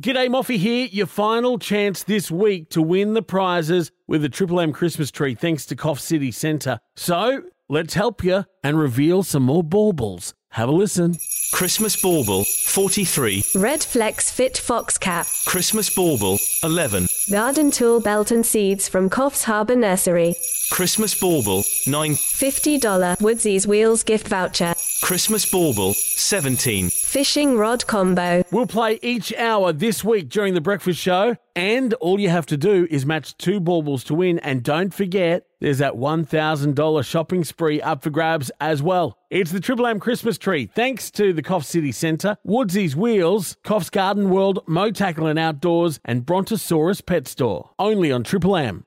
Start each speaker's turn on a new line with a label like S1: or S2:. S1: G'day, Moffy here. Your final chance this week to win the prizes with the Triple M Christmas tree thanks to Cough City Centre. So let's help you and reveal some more baubles. Have a listen.
S2: Christmas Bauble 43,
S3: Red Flex Fit Fox Cap.
S2: Christmas Bauble 11,
S3: Garden Tool Belt and Seeds from Coffs Harbour Nursery.
S2: Christmas Bauble 9,
S3: $50 Woodsy's Wheels Gift Voucher.
S2: Christmas Bauble 17,
S3: Fishing Rod Combo.
S1: We'll play each hour this week during the breakfast show, and all you have to do is match two baubles to win. And don't forget, there's that $1,000 shopping spree up for grabs as well. It's the Triple M Christmas tree, thanks to the Coffs City Centre, Woodsy's Wheels, Coffs Garden World, Mo Tackle and Outdoors, and Brontosaurus Pet Store. Only on Triple M.